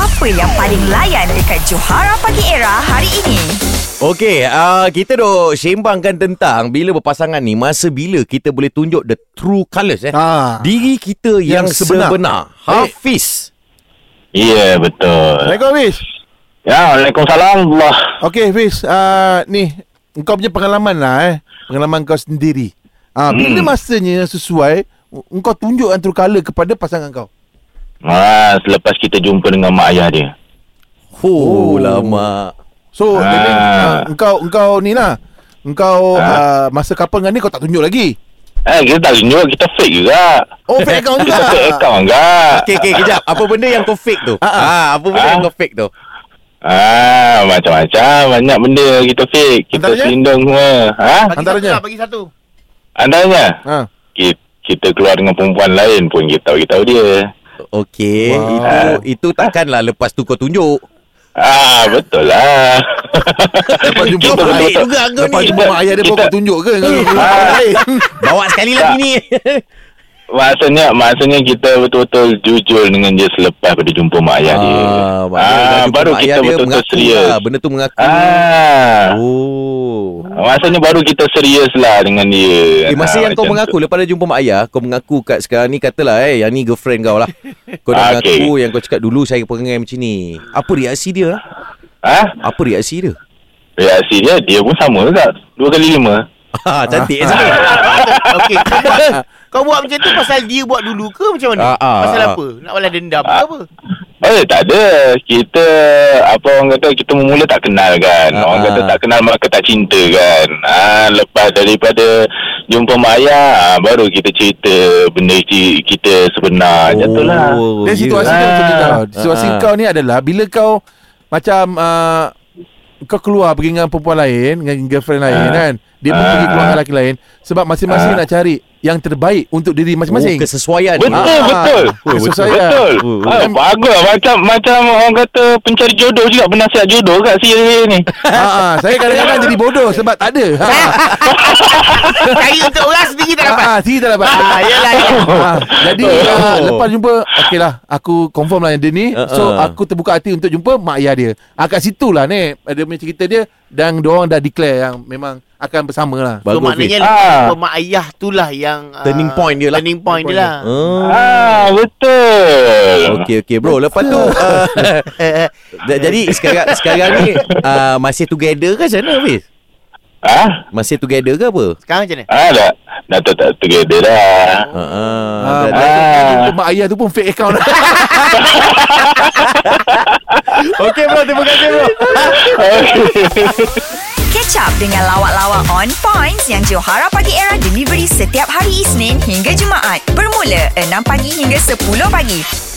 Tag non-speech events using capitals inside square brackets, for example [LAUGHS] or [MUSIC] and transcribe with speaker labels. Speaker 1: Apa yang paling layan dekat Johara Pagi Era hari ini?
Speaker 2: Okey, uh, kita duk sembangkan tentang bila berpasangan ni masa bila kita boleh tunjuk the true colours eh.
Speaker 3: Ah.
Speaker 2: Diri kita yang, yang
Speaker 3: Yang sebenar. Eh.
Speaker 2: sebenar.
Speaker 3: Baik.
Speaker 2: Hafiz.
Speaker 4: Ya, betul.
Speaker 3: Assalamualaikum Fiz
Speaker 4: Ya, Waalaikumsalam. Allah.
Speaker 3: Okey Fiz uh, Ni Kau punya pengalaman lah eh Pengalaman kau sendiri uh, Bila masanya sesuai Engkau tunjuk antara color kepada pasangan kau
Speaker 4: Ha, selepas kita jumpa dengan mak ayah dia.
Speaker 2: Oh,
Speaker 3: Oh.
Speaker 2: lama.
Speaker 3: So
Speaker 4: Ah.
Speaker 3: ah. uh, Engkau Engkau ni lah Engkau ah. uh, Masa couple dengan ni Kau tak tunjuk lagi
Speaker 4: Eh, kita tak tunjuk, kita fake juga.
Speaker 3: Oh fake account [LAUGHS]
Speaker 4: Kita fake
Speaker 3: juga
Speaker 4: account enggak.
Speaker 2: [LAUGHS] Okey, okey, kejap. Apa benda yang kau fake tu?
Speaker 3: Ah, ah.
Speaker 2: Ah, apa benda
Speaker 4: Ah.
Speaker 2: yang kau fake tu?
Speaker 4: Ah, macam-macam. Banyak benda kita fake. Kita
Speaker 3: Antaranya?
Speaker 4: selindung semua. Ha?
Speaker 3: Antaranya
Speaker 5: lah,
Speaker 4: Antaranya,
Speaker 3: ha.
Speaker 4: kita, kita keluar dengan perempuan lain pun kita bagi tahu dia.
Speaker 2: Okey,
Speaker 3: Wow.
Speaker 2: itu itu takkanlah lepas tu kau tunjuk.
Speaker 4: Ah, betul lah.
Speaker 3: Lepas jumpa
Speaker 4: Kita
Speaker 3: mak
Speaker 2: Baik
Speaker 4: betul-betul-
Speaker 2: juga kau
Speaker 3: Lepas
Speaker 2: ni.
Speaker 3: jumpa mak ayah dia pun
Speaker 4: Kita-
Speaker 3: kau tunjuk ke
Speaker 5: Eh,
Speaker 3: Kau- kau-
Speaker 4: Ah.
Speaker 3: kau- lain.
Speaker 2: [LAUGHS] Bawa sekali
Speaker 4: Ya.
Speaker 2: lah bini.
Speaker 4: Maksudnya maksudnya kita betul-betul jujur dengan dia selepas pada jumpa mak ayah dia.
Speaker 2: maknanya dah
Speaker 4: Ah,
Speaker 2: jumpa
Speaker 4: baru
Speaker 2: mak ayah
Speaker 4: kita
Speaker 2: dia
Speaker 4: betul-betul
Speaker 2: mengaku
Speaker 4: serius.
Speaker 2: Lah. Benda tu mengaku.
Speaker 4: Ah.
Speaker 2: Oh.
Speaker 4: Maksudnya baru kita serius lah dengan
Speaker 2: Eh,
Speaker 4: dia.
Speaker 2: masa
Speaker 4: Ah,
Speaker 2: yang kau
Speaker 4: macam
Speaker 2: mengaku
Speaker 4: tu.
Speaker 2: lepas dah jumpa mak ayah, kau mengaku kat sekarang ni katalah eh yang ni girlfriend kau lah. Kau dah
Speaker 4: Ah,
Speaker 2: mengaku
Speaker 4: okey.
Speaker 2: yang kau cakap dulu saya perangai macam ni. Apa reaksi dia?
Speaker 4: Ha?
Speaker 2: Apa reaksi dia? [LAUGHS]
Speaker 4: Reaksi dia, dia pun sama juga. Dua kali lima.
Speaker 2: Ha,
Speaker 5: [LAUGHS]
Speaker 2: cantik eh sana.
Speaker 5: Okey, kau buat, kau buat macam tu pasal dia buat dulu ke macam
Speaker 2: Ah,
Speaker 5: mana?
Speaker 2: ah,
Speaker 5: pasal
Speaker 2: ah.
Speaker 5: apa? Nak balas dendam ke
Speaker 4: Ah.
Speaker 5: apa?
Speaker 4: Eh, tak ada. Kita, apa orang kata, kita memula tak kenal kan.
Speaker 2: Ah,
Speaker 4: orang
Speaker 2: ah.
Speaker 4: kata tak kenal maka tak cinta kan. Ah, lepas daripada jumpa mak ayah, ah, baru kita cerita benda ci- kita sebenar. Macam tu lah.
Speaker 2: Oh,
Speaker 3: Dan situasi kau
Speaker 4: Ah.
Speaker 3: macam ni tau Situasi
Speaker 2: Ah.
Speaker 3: kau ni adalah Bila kau Macam uh, Kau keluar pergi dengan perempuan lain Dengan girlfriend lain
Speaker 4: Ah.
Speaker 3: kan Dia pun
Speaker 4: Ah.
Speaker 3: pergi keluar dengan lelaki lain Sebab masing-masing
Speaker 4: Ah.
Speaker 3: nak cari Yang terbaik untuk diri
Speaker 2: Oh,
Speaker 3: masing-masing
Speaker 2: kesesuaian.
Speaker 4: Betul,
Speaker 3: Ah,
Speaker 4: betul.
Speaker 3: ah, kesesuaian.
Speaker 4: Betul.
Speaker 2: Oh,
Speaker 4: Ah, bagus. Macam macam orang kata pencari jodoh juga, penasihat jodoh kat si dia ni.
Speaker 3: ha, Saya kadang-kadang jadi bodoh Sebab tak ada ha,
Speaker 5: [LAUGHS] Cari untuk orang sendiri tak
Speaker 3: ha,
Speaker 5: dapat.
Speaker 3: ha, Sini tak dapat
Speaker 5: Ah, yalah. yalah.
Speaker 3: ha, Jadi
Speaker 2: Oh.
Speaker 3: uh, Lepas jumpa Okey lah Aku confirm lah yang dia ni
Speaker 2: Ah,
Speaker 3: So
Speaker 2: ah.
Speaker 3: aku terbuka hati untuk jumpa Mak ayah dia ha, Kat situ lah ni Dia punya cerita dia Dan diorang dah declare Yang memang akan bersama lah
Speaker 5: So
Speaker 2: Bagus.
Speaker 5: maknanya
Speaker 2: Fiz.
Speaker 4: Ah.
Speaker 5: ah. mak ayah tu lah yang ah,
Speaker 2: Turning point dia lah.
Speaker 5: Turning point dia lah.
Speaker 2: Ah.
Speaker 4: Ah, betul.
Speaker 2: Okey okey bro, lepas
Speaker 5: [LAUGHS]
Speaker 2: tu uh,
Speaker 5: Eh, eh,
Speaker 2: jadi sekarang sekarang ni uh, masih together ke sana Fiz?
Speaker 4: Ah,
Speaker 2: Masih together ke apa?
Speaker 5: sekarang macam mana?
Speaker 4: ah dah dah tak tak together dah.
Speaker 2: Ha ah.
Speaker 3: Ah,
Speaker 2: dah-
Speaker 3: mak
Speaker 2: dah-
Speaker 3: ayah tu-
Speaker 4: Ah.
Speaker 3: tu- Mak ayah tu pun fake account
Speaker 2: Okey bro, terima kasih bro.
Speaker 1: Catch up dengan lawak-lawak on points yang Johara Pagi Era delivery setiap hari Isnin hingga Jumaat. Bermula 6 pagi hingga 10 pagi.